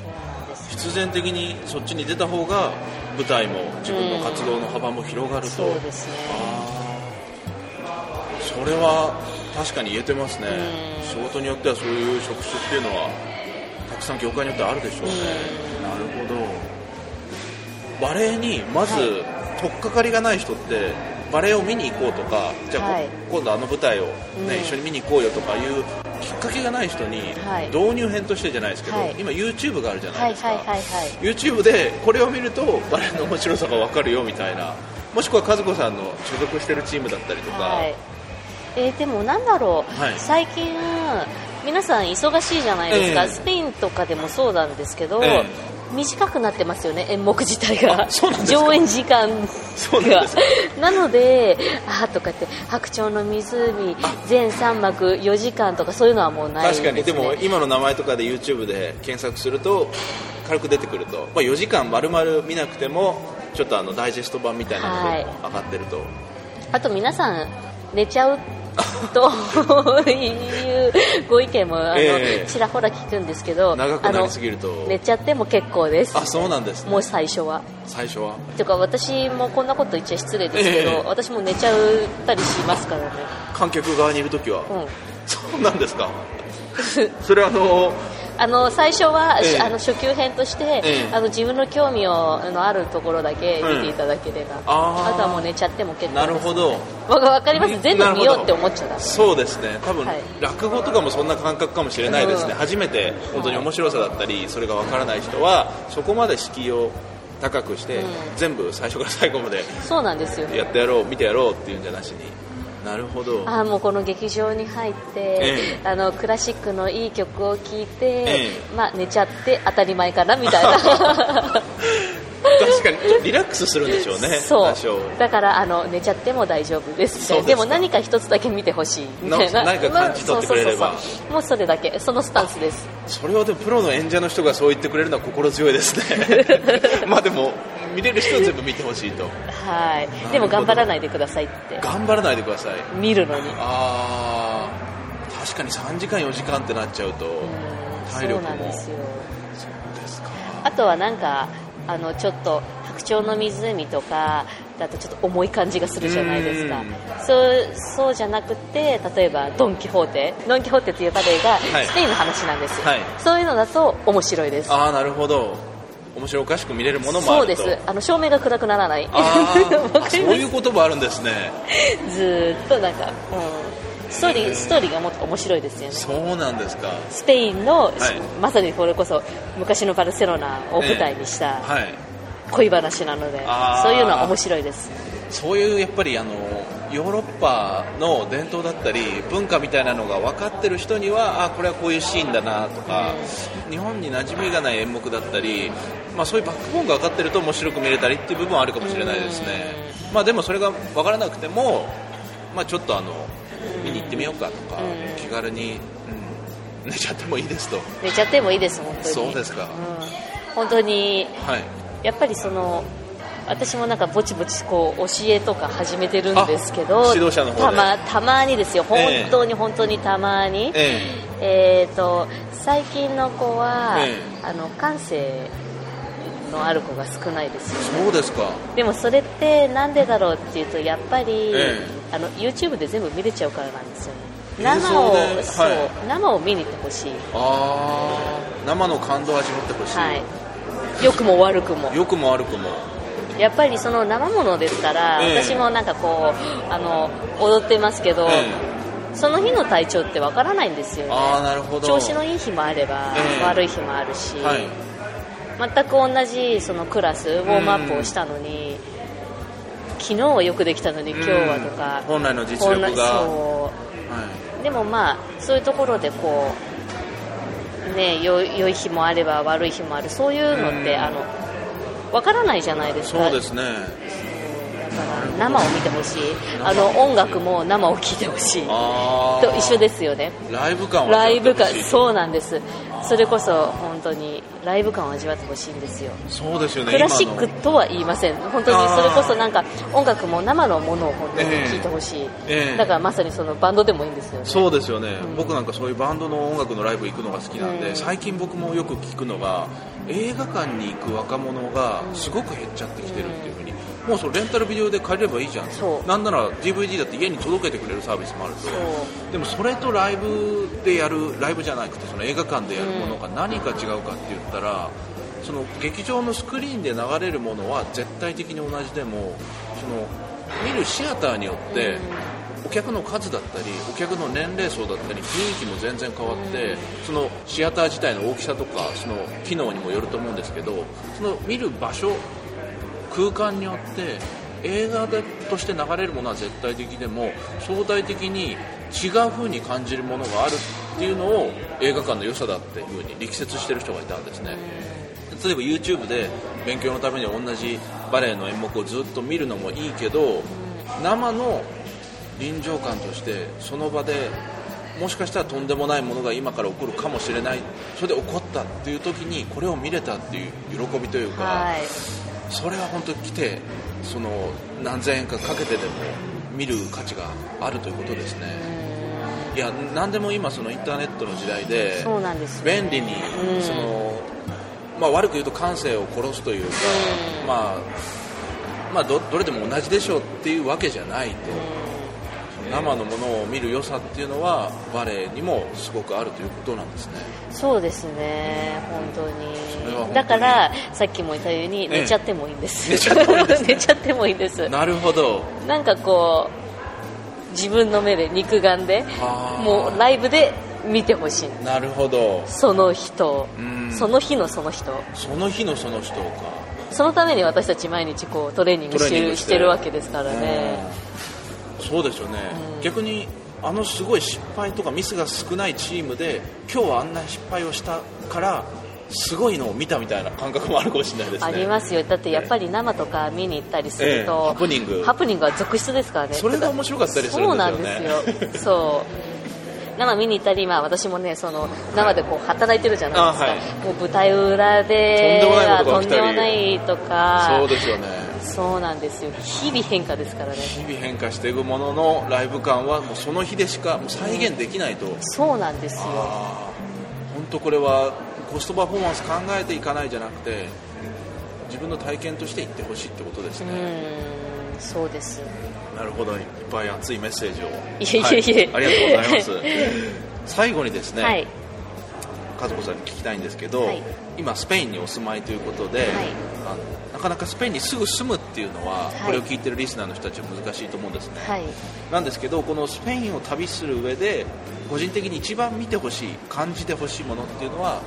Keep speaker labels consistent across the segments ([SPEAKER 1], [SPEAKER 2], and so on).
[SPEAKER 1] そうなんです
[SPEAKER 2] 必然的にそっちに出た方が舞台も自分の活動の幅も広がると、
[SPEAKER 1] そうですね
[SPEAKER 2] あーそれは確かに言えてますね、
[SPEAKER 1] うん
[SPEAKER 2] 仕事によってはそういう職種っていうのはたくさん業界によってあるでしょうね、なるほどバレエにまず、取っかかりがない人ってバレエを見に行こうとかじゃあ、
[SPEAKER 1] はい
[SPEAKER 2] こ今度あの舞台を、ね
[SPEAKER 1] うん
[SPEAKER 2] 一緒に見に行こうよとかいうきっかけがない人に、
[SPEAKER 1] はい
[SPEAKER 2] 導入編としてじゃないですけど、
[SPEAKER 1] はい
[SPEAKER 2] 今 YouTube があるじゃな
[SPEAKER 1] はいい
[SPEAKER 2] ですか、
[SPEAKER 1] はいはいはい
[SPEAKER 2] YouTube でこれを見るとバレエの面白さが分かるよみたいなもしくは和子さんの所属してるチームだったりとか、
[SPEAKER 1] はいえーでもなんだろう、
[SPEAKER 2] はい
[SPEAKER 1] 最近皆さん忙しいじゃないですか、
[SPEAKER 2] ええ
[SPEAKER 1] スペインとかでもそうなんですけど、
[SPEAKER 2] え
[SPEAKER 1] 短くなってますよね演目自体が
[SPEAKER 2] あそうなんですか
[SPEAKER 1] 上演時間が
[SPEAKER 2] そうなんですか
[SPEAKER 1] なのであーとかって「白鳥の湖」全3幕4時間とかそういうのはもうないです、
[SPEAKER 2] 確
[SPEAKER 1] ね、
[SPEAKER 2] かにでも今の名前とかで YouTube で検索すると軽く出てくると、まあ、4時間丸々見なくてもちょっとあのダイジェスト版みたいなのでも上がってると、
[SPEAKER 1] あと皆さん寝ちゃうと いうご意見もあの、
[SPEAKER 2] ええ
[SPEAKER 1] ちらほら聞くんですけど
[SPEAKER 2] 長くなりすぎる
[SPEAKER 1] あ
[SPEAKER 2] と
[SPEAKER 1] の寝ちゃっても結構です
[SPEAKER 2] あそうなんですね
[SPEAKER 1] もう最初は
[SPEAKER 2] 最初は
[SPEAKER 1] ていうか私もこんなこと言っちゃ失礼ですけど、
[SPEAKER 2] ええ
[SPEAKER 1] 私も寝ちゃうたりしますからね、
[SPEAKER 2] 観客側にいる時は、
[SPEAKER 1] うん、
[SPEAKER 2] そうなんですかそれはあの
[SPEAKER 1] あの最初は、
[SPEAKER 2] ええ
[SPEAKER 1] あの初級編として、
[SPEAKER 2] ええ
[SPEAKER 1] あの自分の興味をあのあるところだけ見ていただければ、
[SPEAKER 2] あ
[SPEAKER 1] あ
[SPEAKER 2] ー
[SPEAKER 1] とはもう寝ちゃっても結構
[SPEAKER 2] なるほど
[SPEAKER 1] わわかります全部見ようって思っちゃダメ
[SPEAKER 2] そうですね多分、
[SPEAKER 1] はい
[SPEAKER 2] 落語とかもそんな感覚かもしれないですね、
[SPEAKER 1] うん
[SPEAKER 2] 初めて本当に面白さだったりそれがわからない人はそこまで敷居を高くして、
[SPEAKER 1] うん
[SPEAKER 2] 全部最初から最後まで
[SPEAKER 1] そうなんですよ
[SPEAKER 2] やってやろう見てやろうっていうんじゃなしになるほど
[SPEAKER 1] ああもうこの劇場に入って、
[SPEAKER 2] え
[SPEAKER 1] あのクラシックのいい曲を聴いて、
[SPEAKER 2] え
[SPEAKER 1] まあ、寝ちゃって当たり前かなみたいな
[SPEAKER 2] 確かにちょっとリラックスするんでしょうね
[SPEAKER 1] そう
[SPEAKER 2] 多少
[SPEAKER 1] だからあの寝ちゃっても大丈夫ですみたい
[SPEAKER 2] そうです
[SPEAKER 1] な
[SPEAKER 2] か
[SPEAKER 1] でも何か一つだけ見てほしいみたいな
[SPEAKER 2] な何か感じ取ってくれれば
[SPEAKER 1] まあそうそうそうそうもうそれだけそのスタンスです
[SPEAKER 2] それはでもプロの演者の人がそう言ってくれるのは心強いです ねまあでも見れる人は全部見てほしいと
[SPEAKER 1] はい
[SPEAKER 2] ど
[SPEAKER 1] でも頑張らないでくださいって
[SPEAKER 2] 頑張らないでください
[SPEAKER 1] 見るのに
[SPEAKER 2] あー確かに3時間4時間ってなっちゃうと体
[SPEAKER 1] そう
[SPEAKER 2] 力も
[SPEAKER 1] なんですよ
[SPEAKER 2] そうですか
[SPEAKER 1] あとはなんかあのちょっと「白鳥の湖」とかだとちょっと重い感じがするじゃないですかそうそうじゃなくて例えば「ドン・キホーテ」「ドン・キホーテ」というバレエが
[SPEAKER 2] い
[SPEAKER 1] スペインの話なんですよ、
[SPEAKER 2] はい
[SPEAKER 1] そういうのだと面白いです
[SPEAKER 2] ああなるほど面白おかしく見れるものも
[SPEAKER 1] そ
[SPEAKER 2] あ
[SPEAKER 1] う
[SPEAKER 2] る
[SPEAKER 1] で
[SPEAKER 2] と
[SPEAKER 1] すあの照明が暗くならない わ
[SPEAKER 2] あーあ
[SPEAKER 1] か
[SPEAKER 2] そう
[SPEAKER 1] りま
[SPEAKER 2] い
[SPEAKER 1] す
[SPEAKER 2] うこともあるんですね
[SPEAKER 1] ずーっとなんか、うん、ストーリーストーリーがもっと面白いですよね
[SPEAKER 2] そうなんですか
[SPEAKER 1] スペインの、
[SPEAKER 2] い
[SPEAKER 1] まさにこれこそ昔のバルセロナを舞台にした
[SPEAKER 2] はい
[SPEAKER 1] 恋話なので、
[SPEAKER 2] あー
[SPEAKER 1] そういうのは面白いです
[SPEAKER 2] そういうやっぱりあのヨーロッパの伝統だったり文化みたいなのが分かってる人にはあこれはこういうシーンだなとか日本に馴染みがない演目だったり、まあ、そういうバックボーンが分かってると面白く見れたりっていう部分はあるかもしれないですね、まあ、でもそれが分からなくても、まあ、ちょっとあの見に行ってみようかとか
[SPEAKER 1] うん
[SPEAKER 2] 気軽に、うん、寝ちゃってもいいですと
[SPEAKER 1] 寝ちゃってもいいです本当に
[SPEAKER 2] そうですか
[SPEAKER 1] うん、本当に
[SPEAKER 2] はい
[SPEAKER 1] やっぱりその私もなんかぼちぼちこう教えとか始めてるんですけど
[SPEAKER 2] あ指導者の方で
[SPEAKER 1] たまたまにですよ本
[SPEAKER 2] ええ
[SPEAKER 1] 当に本当にたまに、
[SPEAKER 2] え
[SPEAKER 1] えー、と最近の子は、
[SPEAKER 2] え
[SPEAKER 1] あの感性のある子が少ないですよ
[SPEAKER 2] え
[SPEAKER 1] ね
[SPEAKER 2] そうですか
[SPEAKER 1] でもそれってなんでだろうっていうとやっぱり、
[SPEAKER 2] え
[SPEAKER 1] あの YouTube で全部見れちゃうからなんですよね
[SPEAKER 2] 映像で
[SPEAKER 1] 生を、
[SPEAKER 2] はい
[SPEAKER 1] そう生を見に行ってほしい、
[SPEAKER 2] ああ生の感動を味わってほしい、
[SPEAKER 1] はい、良くも悪くも
[SPEAKER 2] 良くも悪くも
[SPEAKER 1] やっぱりその生ものですから、
[SPEAKER 2] ええ
[SPEAKER 1] 私もなんかこうあの踊ってますけど、
[SPEAKER 2] え
[SPEAKER 1] その日の体調ってわからないんですよね
[SPEAKER 2] ああなるほど
[SPEAKER 1] 調子のいい日もあれば、
[SPEAKER 2] ええ
[SPEAKER 1] 悪い日もあるし、
[SPEAKER 2] はい
[SPEAKER 1] 全く同じそのクラスウォームアップをしたのに、昨日はよくできたのに今日はとか
[SPEAKER 2] うん、本来の実力が
[SPEAKER 1] こんなそうでもまあそういうところでこうねよ良い日もあれば悪い日もあるそういうのって、
[SPEAKER 2] うん
[SPEAKER 1] あのわからないじゃないですか
[SPEAKER 2] そうですね
[SPEAKER 1] だから生を見てほしいあの音楽も生を聴いてほしい
[SPEAKER 2] ああ
[SPEAKER 1] と一緒ですよね
[SPEAKER 2] ライブ感を
[SPEAKER 1] ライブ感
[SPEAKER 2] う
[SPEAKER 1] そうなんですそれこそ本当にライブ感を味わってほしいんですよ
[SPEAKER 2] そうですよね
[SPEAKER 1] クラシック
[SPEAKER 2] 今の
[SPEAKER 1] とは言いません本当にそれこそなんか音楽も生のものを本当に
[SPEAKER 2] ええ
[SPEAKER 1] 聴いてほしい、
[SPEAKER 2] ええ
[SPEAKER 1] だからまさにそのバンドでもいいんですよね
[SPEAKER 2] そうですよね、
[SPEAKER 1] ん
[SPEAKER 2] 僕なんかそういうバンドの音楽のライブ行くのが好きなんで、
[SPEAKER 1] うん
[SPEAKER 2] 最近僕もよく聞くのが映画館に行く若者がすごく減っちゃってきてるっていうふうに、もうそれレンタルビデオで借りればいいじゃん
[SPEAKER 1] そう
[SPEAKER 2] なんなら DVD だって家に届けてくれるサービスもあると
[SPEAKER 1] そう
[SPEAKER 2] でもそれとライブでやるライブじゃなくてその映画館でやるものが何か違うかって言ったら、その劇場のスクリーンで流れるものは絶対的に同じでもその見るシアターによってお客の数だったりお客の年齢層だったり雰囲気も全然変わってそのシアター自体の大きさとかその機能にもよると思うんですけどその見る場所空間によって映画でとして流れるものは絶対的でも相対的に違う風に感じるものがあるっていうのを映画館の良さだっていう風に力説してる人がいたんですね例えば YouTube で勉強のために同じバレエの演目をずっと見るのもいいけど生の臨場感としてその場でもしかしたらとんでもないものが今から起こるかもしれないそれで起こったっていう時にこれを見れたっていう喜びというか、
[SPEAKER 1] はい
[SPEAKER 2] それは本当に来てその何千円かかけてでも見る価値があるということですねいや何でも今そのインターネットの時代で
[SPEAKER 1] そうなんですよ
[SPEAKER 2] 便利に
[SPEAKER 1] うん
[SPEAKER 2] その、まあ、悪く言うと感性を殺すというか、
[SPEAKER 1] うん
[SPEAKER 2] まあまあ、どどれでも同じでしょうっていうわけじゃないと生のものを見る良さっていうのはバレエにもすごくあるということなんですね
[SPEAKER 1] そうですね本
[SPEAKER 2] それは
[SPEAKER 1] 当
[SPEAKER 2] 本当
[SPEAKER 1] に
[SPEAKER 2] に
[SPEAKER 1] だからさっきも言ったように寝ちゃってもいいんです、
[SPEAKER 2] ええ寝ちゃってもいいんですね
[SPEAKER 1] 寝ちゃってもいいんです
[SPEAKER 2] なるほど
[SPEAKER 1] なんかこう自分の目で肉眼で
[SPEAKER 2] あー
[SPEAKER 1] もうライブで見てほしい
[SPEAKER 2] なるほど
[SPEAKER 1] その人を
[SPEAKER 2] うん
[SPEAKER 1] その日のその人を
[SPEAKER 2] その日のその人か
[SPEAKER 1] そのために私たち毎日こうトレーニング
[SPEAKER 2] トレーニン
[SPEAKER 1] し
[SPEAKER 2] グして
[SPEAKER 1] してるわけですからね
[SPEAKER 2] うんそうですよね、
[SPEAKER 1] うん
[SPEAKER 2] 逆にあのすごい失敗とかミスが少ないチームで今日はあんな失敗をしたからすごいのを見たみたいな感覚もあるかもしれないですね
[SPEAKER 1] ありますよだってやっぱり生とか見に行ったりす
[SPEAKER 2] え
[SPEAKER 1] る
[SPEAKER 2] え
[SPEAKER 1] と、
[SPEAKER 2] ハプニング
[SPEAKER 1] ハプニングは続出ですからね
[SPEAKER 2] それが面白かったりするんですよね
[SPEAKER 1] そうなん ですよそう生見に行ったり、まあ、私もねその生でこう働いてるじゃないですか、
[SPEAKER 2] あはい
[SPEAKER 1] もう舞台裏で
[SPEAKER 2] とんでもないことが起きたり
[SPEAKER 1] とんでもないとか
[SPEAKER 2] そうですよね
[SPEAKER 1] そうなんですよ日々変化ですからね
[SPEAKER 2] 日々変化していくもののライブ感はもうその日でしかもう再現できないと、
[SPEAKER 1] そうなんですよ
[SPEAKER 2] あー本当これはコストパフォーマンス考えていかないじゃなくて自分の体験としていってほしいってことです
[SPEAKER 1] う
[SPEAKER 2] ね、
[SPEAKER 1] んそうです
[SPEAKER 2] なるほどいっぱい熱いメッセージを
[SPEAKER 1] いえいえいえ
[SPEAKER 2] はいありがとうござい ます最後にですね、
[SPEAKER 1] はい
[SPEAKER 2] 和子さんに聞きたいんですけど、
[SPEAKER 1] はい
[SPEAKER 2] 今スペインにお住まいということで、あのなかなかスペインにすぐ住むっていうのは、
[SPEAKER 1] はい
[SPEAKER 2] これを聞いてるリスナーの人たちは難しいと思うんですね、
[SPEAKER 1] はい
[SPEAKER 2] なんですけどこのスペインを旅する上で個人的に一番見てほしい感じてほしいものっていうのは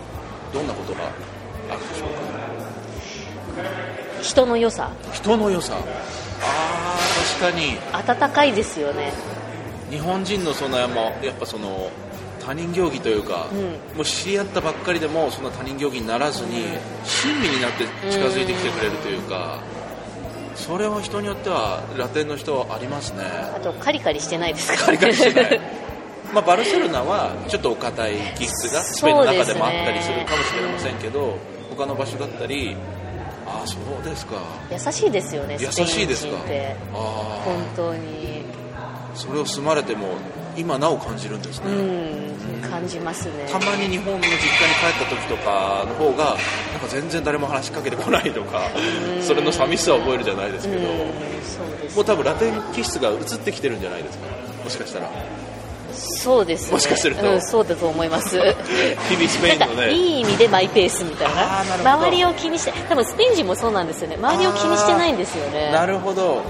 [SPEAKER 2] どんなことがあるでしょう
[SPEAKER 1] 人の良さ
[SPEAKER 2] か人の良さあー確かに
[SPEAKER 1] 温かいですよね
[SPEAKER 2] 日本人のそのやっぱやっぱその他人行儀というか、
[SPEAKER 1] うん
[SPEAKER 2] もう知り合ったばっかりでもそんな他人行儀にならずに親身になって近づいてきてくれるというか、それは人によってはラテンの人はありますね
[SPEAKER 1] あとカリカリしてないですか
[SPEAKER 2] カリカリしてないまあバルセロナはちょっとお堅い気質がスペインの中でもあったりするかもしれませんけど、他の場所だったりああそうですか
[SPEAKER 1] 優しいですよね
[SPEAKER 2] 優
[SPEAKER 1] スペ
[SPEAKER 2] し
[SPEAKER 1] イ
[SPEAKER 2] い
[SPEAKER 1] ン
[SPEAKER 2] です
[SPEAKER 1] 人
[SPEAKER 2] か
[SPEAKER 1] って
[SPEAKER 2] あ
[SPEAKER 1] 本当に
[SPEAKER 2] あそれを住まれても今なお感じるんですね、
[SPEAKER 1] うん感じますね
[SPEAKER 2] たまに日本の実家に帰った時とかの方がなんか全然誰も話しかけてこないとかそれの寂しさを覚えるじゃないです
[SPEAKER 1] うん
[SPEAKER 2] けども
[SPEAKER 1] そうです
[SPEAKER 2] う多分ラテン気質が移ってきてるんじゃないですかもしかしたら
[SPEAKER 1] そうです、ね、
[SPEAKER 2] もしかすると
[SPEAKER 1] うん、そうだと思います
[SPEAKER 2] 日々スペイン
[SPEAKER 1] な
[SPEAKER 2] の
[SPEAKER 1] んかい
[SPEAKER 2] ね
[SPEAKER 1] い意味でマイペースみたい
[SPEAKER 2] あ
[SPEAKER 1] な
[SPEAKER 2] ーなるほど
[SPEAKER 1] 周りを気にして多分スペイン人もそうなんですよね周りを気にしてないんですよね
[SPEAKER 2] なるほど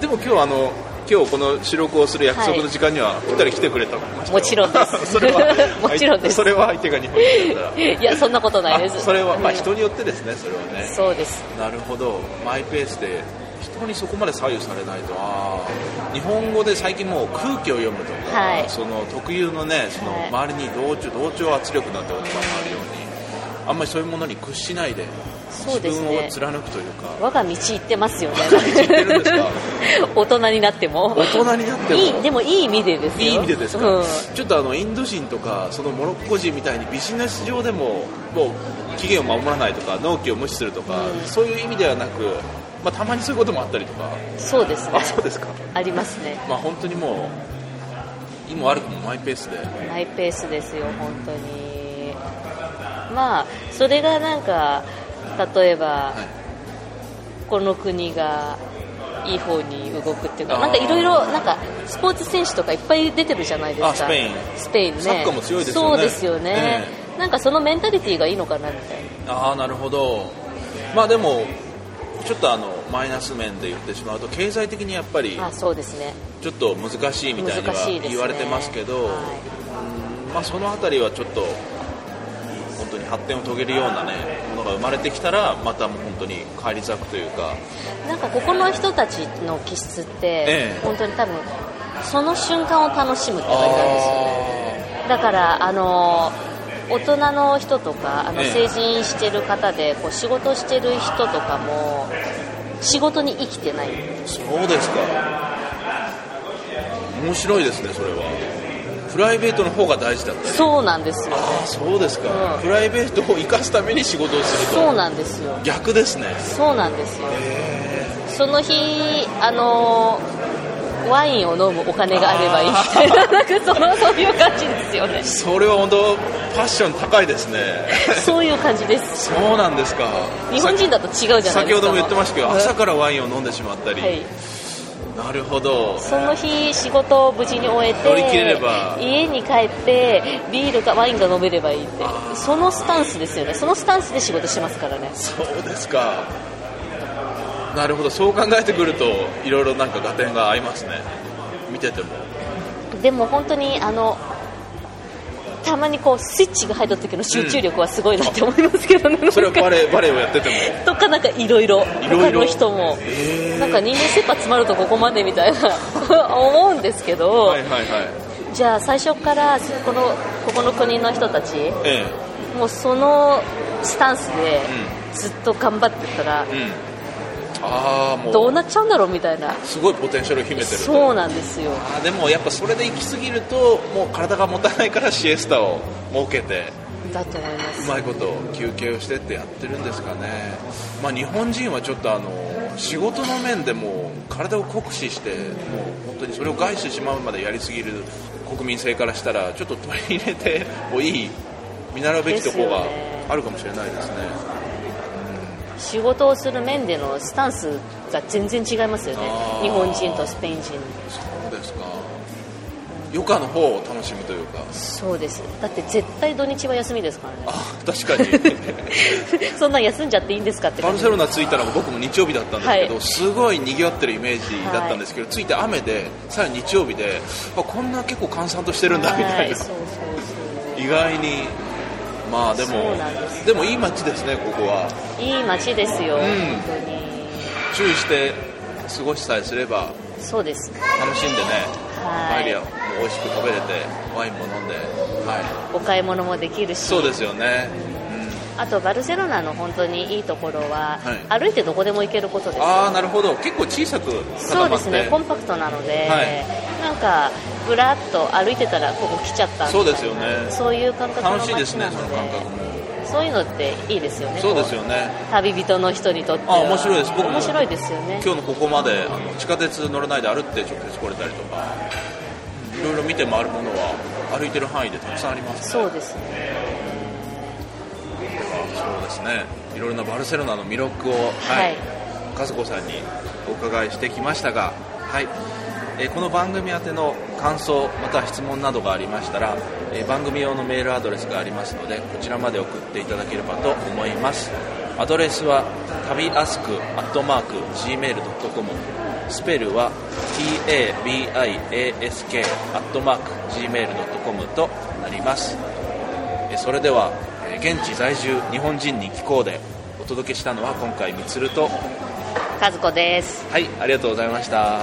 [SPEAKER 2] でも今日あの今日この収録をする約束の時間には二人来てくれたの
[SPEAKER 1] もちろんで す
[SPEAKER 2] それは
[SPEAKER 1] もちろんです
[SPEAKER 2] それは相手が日本人だったら
[SPEAKER 1] いやそんなことないです
[SPEAKER 2] あそれはまあ
[SPEAKER 1] うん
[SPEAKER 2] 人によってですねそれはね
[SPEAKER 1] そうです
[SPEAKER 2] なるほどマイペースで人にそこまで左右されないとあー日本語で最近もう空気を読むとか、
[SPEAKER 1] はい
[SPEAKER 2] その特有のねその
[SPEAKER 1] はい
[SPEAKER 2] 周りに同調同調圧力なんて言葉があるようにあんまりそういうものに屈しないで
[SPEAKER 1] そうです
[SPEAKER 2] 自
[SPEAKER 1] ね
[SPEAKER 2] 分を貫くというか
[SPEAKER 1] 我が道行ってますよね
[SPEAKER 2] 行ってるんですか
[SPEAKER 1] 大人になっても
[SPEAKER 2] 大人になっても
[SPEAKER 1] いいでもいい意味でですよ
[SPEAKER 2] いい意味でですか、
[SPEAKER 1] うん
[SPEAKER 2] ちょっとあのインド人とかそのモロッコ人みたいにビジネス上でももう期限を守らないとか納期を無視するとか、
[SPEAKER 1] うん
[SPEAKER 2] そういう意味ではなく、まあ、たまにそういうこともあったりとか
[SPEAKER 1] そうですね
[SPEAKER 2] あそうですか
[SPEAKER 1] ありますね
[SPEAKER 2] まあ本当にもう今悪くもマイペースで
[SPEAKER 1] マイペースですよ本当にまあそれがなんか例えば、この国がいい方に動くっていうか
[SPEAKER 2] あー
[SPEAKER 1] なんかいろいろなんかスポーツ選手とかいっぱい出てるじゃないですか
[SPEAKER 2] あスペイン
[SPEAKER 1] スペインね
[SPEAKER 2] サッカーも強いですよね
[SPEAKER 1] そうですよね、
[SPEAKER 2] え
[SPEAKER 1] なんかそのメンタリティーがいいのかなみたいな
[SPEAKER 2] ああなるほどまあでもちょっとあのマイナス面で言ってしまうと経済的にやっぱり
[SPEAKER 1] あそうですね
[SPEAKER 2] ちょっと難しいみたいに
[SPEAKER 1] 難しい
[SPEAKER 2] は
[SPEAKER 1] ですね
[SPEAKER 2] 言われてますけど
[SPEAKER 1] はい
[SPEAKER 2] まあ、その辺りはちょっと本当に発展を遂げるような、ね、ものが生まれてきたらまたもう本当に返り咲くというか
[SPEAKER 1] なんかここの人たちの気質って、
[SPEAKER 2] ええ
[SPEAKER 1] 本当に多分その瞬間を楽しむって感じなんですよねだからあの大人の人とかあの
[SPEAKER 2] ええ
[SPEAKER 1] 成人してる方でこう仕事してる人とかも仕事に生きてない
[SPEAKER 2] そうですか面白いですねそれはプライベートの方が大事だったり
[SPEAKER 1] そうなんですよ
[SPEAKER 2] あそうですか、
[SPEAKER 1] うん
[SPEAKER 2] プライベートを生かすために仕事をすると
[SPEAKER 1] そうなんですよ
[SPEAKER 2] 逆ですね
[SPEAKER 1] そうなんですよその日あのワインを飲むお金があればいいみたいな なんかそのそういう感じですよね
[SPEAKER 2] それは本当パッション高いですね
[SPEAKER 1] そういう感じです
[SPEAKER 2] そうなんですか
[SPEAKER 1] 日本人だと違うじゃないですか
[SPEAKER 2] 先ほども言ってましたけど
[SPEAKER 1] うん
[SPEAKER 2] 朝からワインを飲んでしまったり、
[SPEAKER 1] はい、
[SPEAKER 2] なるほど
[SPEAKER 1] その日仕事を無事に終えて
[SPEAKER 2] 乗り切れれば
[SPEAKER 1] 家に帰ってビールかワインが飲めればいいってそのスタンスですよねそのスタンスで仕事してますからね
[SPEAKER 2] そうですかなるほどそう考えてくるといろいろなんか合点が合いますね見てても
[SPEAKER 1] でも本当にあのたまにこうスイッチが入った時の集中力はすごいなって思いますけどね、なんか
[SPEAKER 2] それはバ レーバレーをやってても
[SPEAKER 1] とかなんかいろいろ
[SPEAKER 2] いろい
[SPEAKER 1] 他
[SPEAKER 2] ろ
[SPEAKER 1] の人も
[SPEAKER 2] へー
[SPEAKER 1] なんか人間切羽詰まるとここまでみたいな 思うんですけど、
[SPEAKER 2] はいはいはい
[SPEAKER 1] じゃあ最初からこのここの国の人たち
[SPEAKER 2] ええ
[SPEAKER 1] もうそのスタンスで
[SPEAKER 2] う
[SPEAKER 1] ずっと頑張ってたら、
[SPEAKER 2] うんああもう
[SPEAKER 1] どうなっちゃうんだろうみたいな
[SPEAKER 2] すごいポテンシャルを秘めてる
[SPEAKER 1] そうなんですよ
[SPEAKER 2] あーでもやっぱそれで行き過ぎるともう体が持たないからシエスタを設けて
[SPEAKER 1] だと思いま
[SPEAKER 2] う
[SPEAKER 1] す
[SPEAKER 2] まいこと休憩をしてってやってるんですかね、まあ、日本人はちょっとあの仕事の面でもう体を酷使してもう本当にそれを害してしまうまでやりすぎる国民性からしたらちょっと取り入れてもいい見習うべきところが
[SPEAKER 1] ですよね
[SPEAKER 2] あるかもしれないですね
[SPEAKER 1] 仕事をする面でのスタンスが全然違いますよね
[SPEAKER 2] あー
[SPEAKER 1] 日本人とスペイン人
[SPEAKER 2] そうですか余暇の方を楽しむというか
[SPEAKER 1] そうですだって絶対土日は休みですからね
[SPEAKER 2] あ確かに
[SPEAKER 1] そんな休んじゃっていいんですかって
[SPEAKER 2] バ
[SPEAKER 1] 感
[SPEAKER 2] ル
[SPEAKER 1] じ
[SPEAKER 2] セロナ着いたのが僕も日曜日だったんですけど、
[SPEAKER 1] はい
[SPEAKER 2] すごい賑わってるイメージだったんですけど、着いて雨でさらに日曜日であこんな結構閑散としてるんだみたい
[SPEAKER 1] は
[SPEAKER 2] な、
[SPEAKER 1] そうそう
[SPEAKER 2] 意外にまあでも
[SPEAKER 1] そうなんです
[SPEAKER 2] でもいい街ですねここは
[SPEAKER 1] そういい街ですよ、
[SPEAKER 2] ん
[SPEAKER 1] 本当に
[SPEAKER 2] 注意して過ごしさえすれば
[SPEAKER 1] そうです
[SPEAKER 2] 楽しんでね
[SPEAKER 1] は
[SPEAKER 2] パエリ
[SPEAKER 1] い
[SPEAKER 2] アも美味しく食べれてワインも飲んではい
[SPEAKER 1] お買い物もできるし
[SPEAKER 2] そうですよね、
[SPEAKER 1] あとバルセロナの本当にいいところは、
[SPEAKER 2] は
[SPEAKER 1] 歩いてどこでも行けることです
[SPEAKER 2] うん、ああなるほど結構小さく
[SPEAKER 1] そ
[SPEAKER 2] 固ま
[SPEAKER 1] うで
[SPEAKER 2] って
[SPEAKER 1] すねコンパクトなので、
[SPEAKER 2] は
[SPEAKER 1] なんかぶらっと歩いてたらここ来ちゃったみたいな
[SPEAKER 2] そうですよね
[SPEAKER 1] そういう感覚の
[SPEAKER 2] 楽しいです
[SPEAKER 1] 街
[SPEAKER 2] ね
[SPEAKER 1] な
[SPEAKER 2] そ
[SPEAKER 1] の
[SPEAKER 2] の
[SPEAKER 1] で
[SPEAKER 2] 感覚も
[SPEAKER 1] そういうのっていいですよね
[SPEAKER 2] そうです
[SPEAKER 1] こ
[SPEAKER 2] よね
[SPEAKER 1] 旅人の人にとっては
[SPEAKER 2] あ面白いです僕も
[SPEAKER 1] 面白いですよね
[SPEAKER 2] 今日のここまであの地下鉄乗らないで歩って直接来れたりとかいろいろ見て回るものは歩いてる範囲でたくさんありますね
[SPEAKER 1] そうですね
[SPEAKER 2] そうですねいろいろなバルセロナの魅力を、
[SPEAKER 1] は
[SPEAKER 2] はいい、和子さんにお伺いしてきましたが、はい、えーこの番組宛ての感想または質問などがありましたら、えー番組用のメールアドレスがありますのでこちらまで送っていただければと思いますアドレスは旅アスクアットマーク Gmail.com スペルは tabiask アットマーク Gmail.com となりますえーそれではえー現地在住日本人に聞こうでお届けしたのは今回みつると
[SPEAKER 1] 和子です
[SPEAKER 2] はいありがとうございました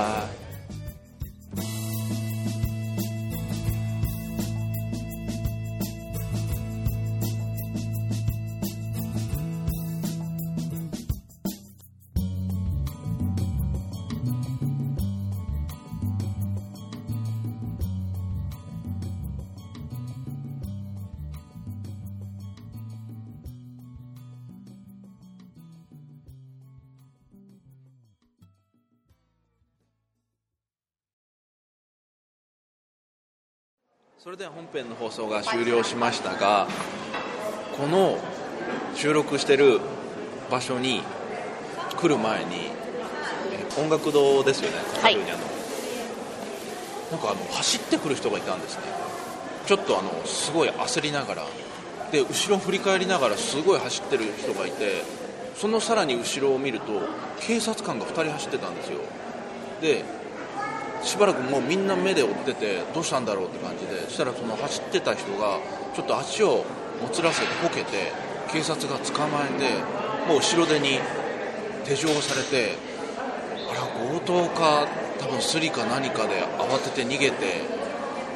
[SPEAKER 2] それでは本編の放送が終了しましたがこの収録してる場所に来る前にえ音楽堂ですよねカタルーニャの、なんかあの走ってくる人がいたんですねちょっとあのすごい焦りながらで後ろ振り返りながらすごい走ってる人がいてそのさらに後ろを見ると警察官が2人走ってたんですよでしばらくもうみんな目で追っててどうしたんだろうって感じでそしたらその走ってた人がちょっと足をもつらせてこけて警察が捕まえてもう後ろ手に手錠をされてあら強盗か多分スリか何かで慌てて逃げて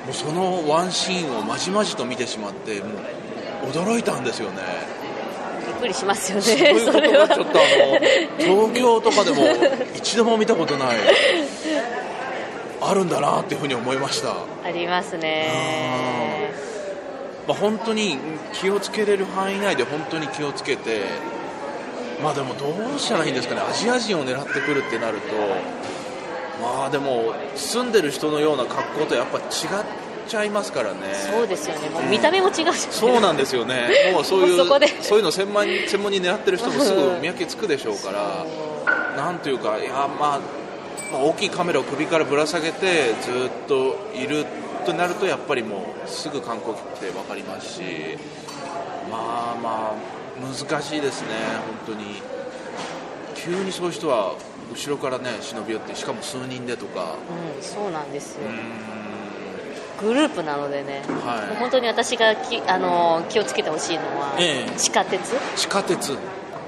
[SPEAKER 2] もうそのワンシーンをまじまじと見てしまってもう驚いたんですよね
[SPEAKER 1] びっくりしますよね
[SPEAKER 2] そういうこ
[SPEAKER 1] そ
[SPEAKER 2] と
[SPEAKER 1] れは
[SPEAKER 2] がちょっとあの東京とかでも一度も見たことないあるんだなっていうふうに思いました、ま
[SPEAKER 1] ありますね
[SPEAKER 2] あ、本当に気をつけれる範囲内で本当に気をつけてまあでもどうしたらいいんですかねアジア人を狙ってくるってなるとまあでも住んでる人のような格好とやっぱ違っちゃいますからね
[SPEAKER 1] そうですよねもう見た目も違うじゃないです
[SPEAKER 2] そう
[SPEAKER 1] か
[SPEAKER 2] なんですよ ね、もうそういう
[SPEAKER 1] もうそこで
[SPEAKER 2] そういうの専門に専門に狙ってる人もすぐ見分けつくでしょうから、なんというか、いやまあ、まあ大きいカメラを首からぶら下げて、ずっといるとなると、やっぱりもうすぐ観光客って分かりますし、まあまあ、難しいですね、本当に。急にそういう人は後ろからね忍び寄ってしかも数人でとか
[SPEAKER 1] うん、そうなんですよ
[SPEAKER 2] うーん
[SPEAKER 1] グループなのでね、
[SPEAKER 2] はい
[SPEAKER 1] 本当に私がきあの気をつけてほしいのは、
[SPEAKER 2] ええ
[SPEAKER 1] 地下鉄
[SPEAKER 2] 地下鉄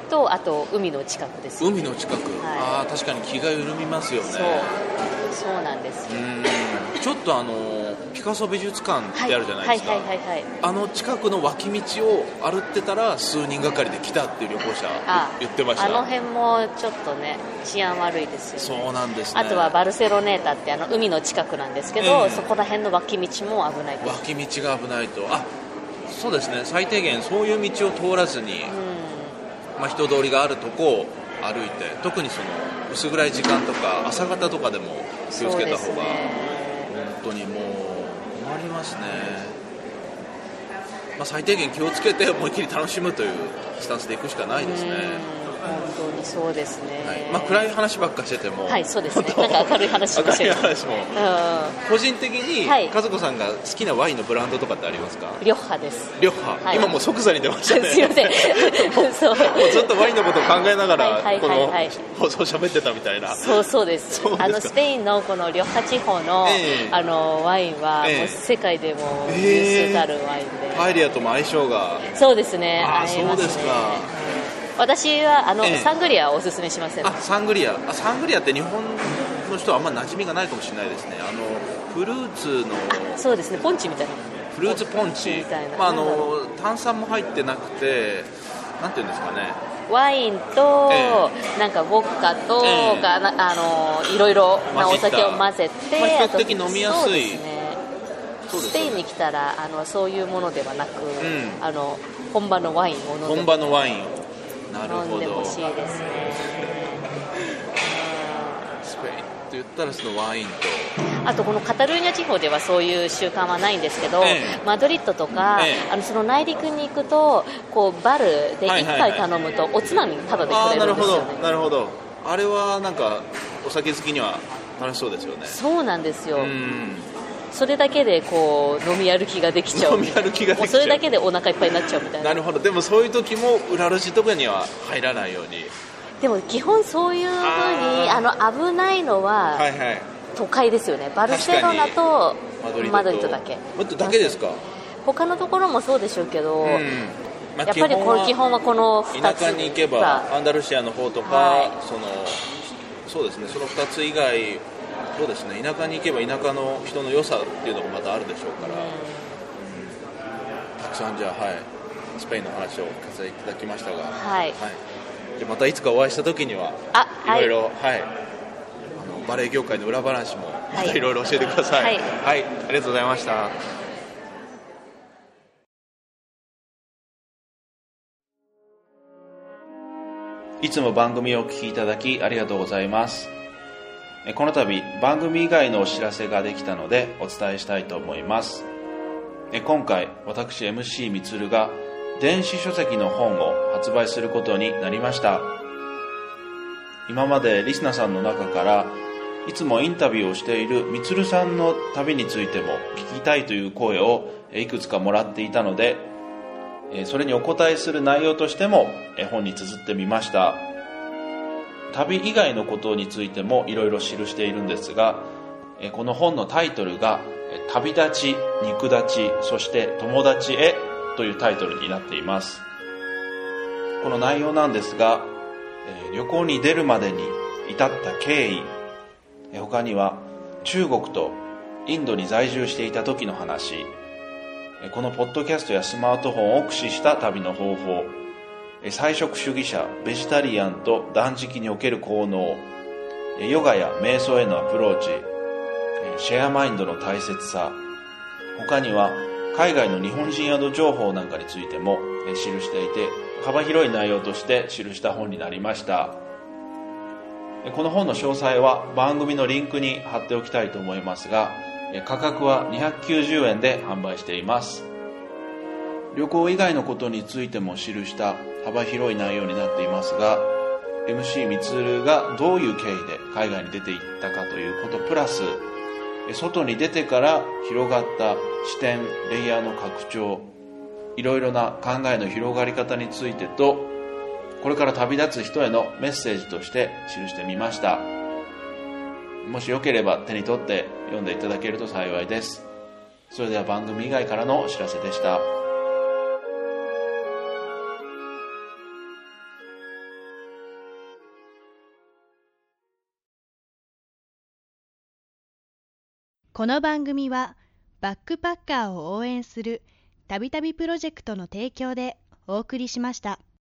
[SPEAKER 1] とあと海の近くですよ
[SPEAKER 2] 海の近く、ああ確かに気が緩みますよね
[SPEAKER 1] そうそうなんです
[SPEAKER 2] うーんちょっとあのピカソ美術館ってあるじゃないですか、
[SPEAKER 1] はいはいはいはいはい
[SPEAKER 2] あの近くの脇道を歩ってたら数人がかりで来たっていう旅行者
[SPEAKER 1] あ
[SPEAKER 2] 言ってました
[SPEAKER 1] あの辺もちょっとね治安悪いですよね
[SPEAKER 2] そうなんですね
[SPEAKER 1] あとはバルセロネータってあの海の近くなんですけど、
[SPEAKER 2] ええ
[SPEAKER 1] そこら辺の脇道も危ないです
[SPEAKER 2] 脇道が危ないとあそうですね最低限そういう道を通らずに、まあ、人通りがあるとこを歩いて特にその薄暗い時間とか朝方とかでも気をつけた方
[SPEAKER 1] そうです
[SPEAKER 2] が、
[SPEAKER 1] ね
[SPEAKER 2] 本当にもう困りますね、まあ、最低限気をつけて思いっきり楽しむというスタンスでいくしかないですね、
[SPEAKER 1] うん本当にそうですね、
[SPEAKER 2] はいまあ、暗い話ばっかしてても、
[SPEAKER 1] はいそうですね
[SPEAKER 2] 本当
[SPEAKER 1] なんか明るい話しましょうよ
[SPEAKER 2] 明るい話も
[SPEAKER 1] う
[SPEAKER 2] 個人的に
[SPEAKER 1] はい
[SPEAKER 2] 和子さんが好きなワインのブランドとかってありますか
[SPEAKER 1] んリョッハです
[SPEAKER 2] リョッハ、
[SPEAKER 1] はい
[SPEAKER 2] 今もう即座に出まし
[SPEAKER 1] す
[SPEAKER 2] た
[SPEAKER 1] い
[SPEAKER 2] ね
[SPEAKER 1] ま せんそ
[SPEAKER 2] も
[SPEAKER 1] う
[SPEAKER 2] うずっとワインのことを考えながら
[SPEAKER 1] はい
[SPEAKER 2] こ
[SPEAKER 1] はいは
[SPEAKER 2] の
[SPEAKER 1] いはい
[SPEAKER 2] 放送喋ってたみたいな
[SPEAKER 1] そうそうです
[SPEAKER 2] そうですか
[SPEAKER 1] あのスペインのこのリョッハ地方の,、
[SPEAKER 2] ええ
[SPEAKER 1] あのワインは、
[SPEAKER 2] ええ
[SPEAKER 1] もう世界でも有数たるワインで、
[SPEAKER 2] パエリアとも相性が
[SPEAKER 1] そうですね
[SPEAKER 2] ああ
[SPEAKER 1] 合い
[SPEAKER 2] そ
[SPEAKER 1] ま
[SPEAKER 2] うですか
[SPEAKER 1] 私はあの、
[SPEAKER 2] ええ
[SPEAKER 1] サングリアをおすすめしません
[SPEAKER 2] あサングリアあサングリアって日本の人はあんま馴染みがないかもしれないですねあのフルーツの
[SPEAKER 1] そうですねポンチみたいな
[SPEAKER 2] フルーツポンチ
[SPEAKER 1] みたいな
[SPEAKER 2] まあ、あ
[SPEAKER 1] なんだ
[SPEAKER 2] の炭酸も入ってなくてなんていうんですかね
[SPEAKER 1] ワインと、
[SPEAKER 2] え
[SPEAKER 1] なんかボッカと、
[SPEAKER 2] ええ
[SPEAKER 1] かなあのいろいろなお
[SPEAKER 2] 混じった
[SPEAKER 1] 酒を混ぜて、
[SPEAKER 2] まあ比較
[SPEAKER 1] あと
[SPEAKER 2] 的飲みやすい
[SPEAKER 1] そうですね
[SPEAKER 2] そうで
[SPEAKER 1] ス
[SPEAKER 2] す
[SPEAKER 1] ペイ
[SPEAKER 2] よ
[SPEAKER 1] ン
[SPEAKER 2] ね
[SPEAKER 1] に来たらあのそういうものではなく、
[SPEAKER 2] ん
[SPEAKER 1] あの本場のワインを飲んで
[SPEAKER 2] 本場のワインをなる
[SPEAKER 1] 飲
[SPEAKER 2] ほ
[SPEAKER 1] んで
[SPEAKER 2] ど
[SPEAKER 1] ほ
[SPEAKER 2] ス
[SPEAKER 1] しい
[SPEAKER 2] ペインって
[SPEAKER 1] ですね
[SPEAKER 2] 言ったらそのワインと
[SPEAKER 1] あとこのカタルーニャ地方ではそういう習慣はないんですけど、
[SPEAKER 2] ええ
[SPEAKER 1] マドリッドとか、
[SPEAKER 2] ええ
[SPEAKER 1] あのその内陸に行くとこうバルで
[SPEAKER 2] はい
[SPEAKER 1] 一
[SPEAKER 2] はいはい
[SPEAKER 1] 杯頼むとおつまみタダで
[SPEAKER 2] あ
[SPEAKER 1] く
[SPEAKER 2] あ
[SPEAKER 1] れ
[SPEAKER 2] な
[SPEAKER 1] る
[SPEAKER 2] る
[SPEAKER 1] ん
[SPEAKER 2] ほ
[SPEAKER 1] ですよ
[SPEAKER 2] ど
[SPEAKER 1] ね、
[SPEAKER 2] なるほどあれはなんかお酒好きには楽しそうですよね
[SPEAKER 1] そうなんですよ、
[SPEAKER 2] うん
[SPEAKER 1] それだけでこう飲み歩きができちゃう
[SPEAKER 2] 飲み歩きができちゃう
[SPEAKER 1] もうそれだけでお腹いっぱいになっちゃうみたいな
[SPEAKER 2] なるほどでもそういう時も裏路地とかには入らないように
[SPEAKER 1] でも基本そういうふうにあ
[SPEAKER 2] あ
[SPEAKER 1] の危ないの
[SPEAKER 2] は
[SPEAKER 1] はい
[SPEAKER 2] はい
[SPEAKER 1] 都会ですよね、バルセロナと
[SPEAKER 2] マドリードと
[SPEAKER 1] マドリードだけ
[SPEAKER 2] もっとだけですか
[SPEAKER 1] 他のところもそうでしょうけど、
[SPEAKER 2] うん
[SPEAKER 1] やっ
[SPEAKER 2] まあ
[SPEAKER 1] ぱりこれ基
[SPEAKER 2] 基本は
[SPEAKER 1] 本はこの2つ
[SPEAKER 2] 田舎に行けばアンダルシアの方とか、
[SPEAKER 1] はい
[SPEAKER 2] そのそうですねその2つ以外そうですね田舎に行けば田舎の人の良さっていうのもまたあるでしょうから、たくさんじゃあはいスペインの話をお聞かせいただきましたが、
[SPEAKER 1] はい
[SPEAKER 2] じゃあまたいつかお会いした時には
[SPEAKER 1] あ
[SPEAKER 2] い
[SPEAKER 1] は
[SPEAKER 2] ろ
[SPEAKER 1] い
[SPEAKER 2] いろはい、あのバレエ業界の裏話もま
[SPEAKER 1] い
[SPEAKER 2] たいろいろ教えてください、
[SPEAKER 1] はい
[SPEAKER 2] はい、ありがとうございましたいつも番組をお聞きいただきありがとうございます。えこの度番組以外のお知らせができたのでお伝えしたいと思います。え今回私 MC みつるが電子書籍の本を発売することになりました。今までリスナーさんの中からいつもインタビューをしているみつるさんの旅についても聞きたいという声をえいくつかもらっていたのでえーそれにお答えする内容としてもえー本に綴ってみました旅以外のことについてもいろいろ記しているんですがえーこの本のタイトルがえー「旅立ち肉立ちそして友達へ」というタイトルになっていますこの内容なんですがえー旅行に出るまでに至った経緯えー他には中国とインドに在住していた時の話このポッドキャストやスマートフォンを駆使した旅の方法え菜食主義者ベジタリアンと断食における効能えヨガや瞑想へのアプローチえシェアマインドの大切さ他には海外の日本人宿情報なんかについてもえ記していて幅広い内容として記した本になりましたえこの本の詳細は番組のリンクに貼っておきたいと思いますがえ価格は290円で販売しています旅行以外のことについても記した幅広い内容になっていますが MC みつるがどういう経緯で海外に出ていったかということプラスえ外に出てから広がった視点レイヤーの拡張いろいろな考えの広がり方についてとこれから旅立つ人へのメッセージとして記してみましたもしよければ手に取って読んでいただけると幸いですそれでは番組以外からのお知らせでした
[SPEAKER 3] この番組はバックパッカーを応援するたびたびプロジェクトの提供でお送りしました。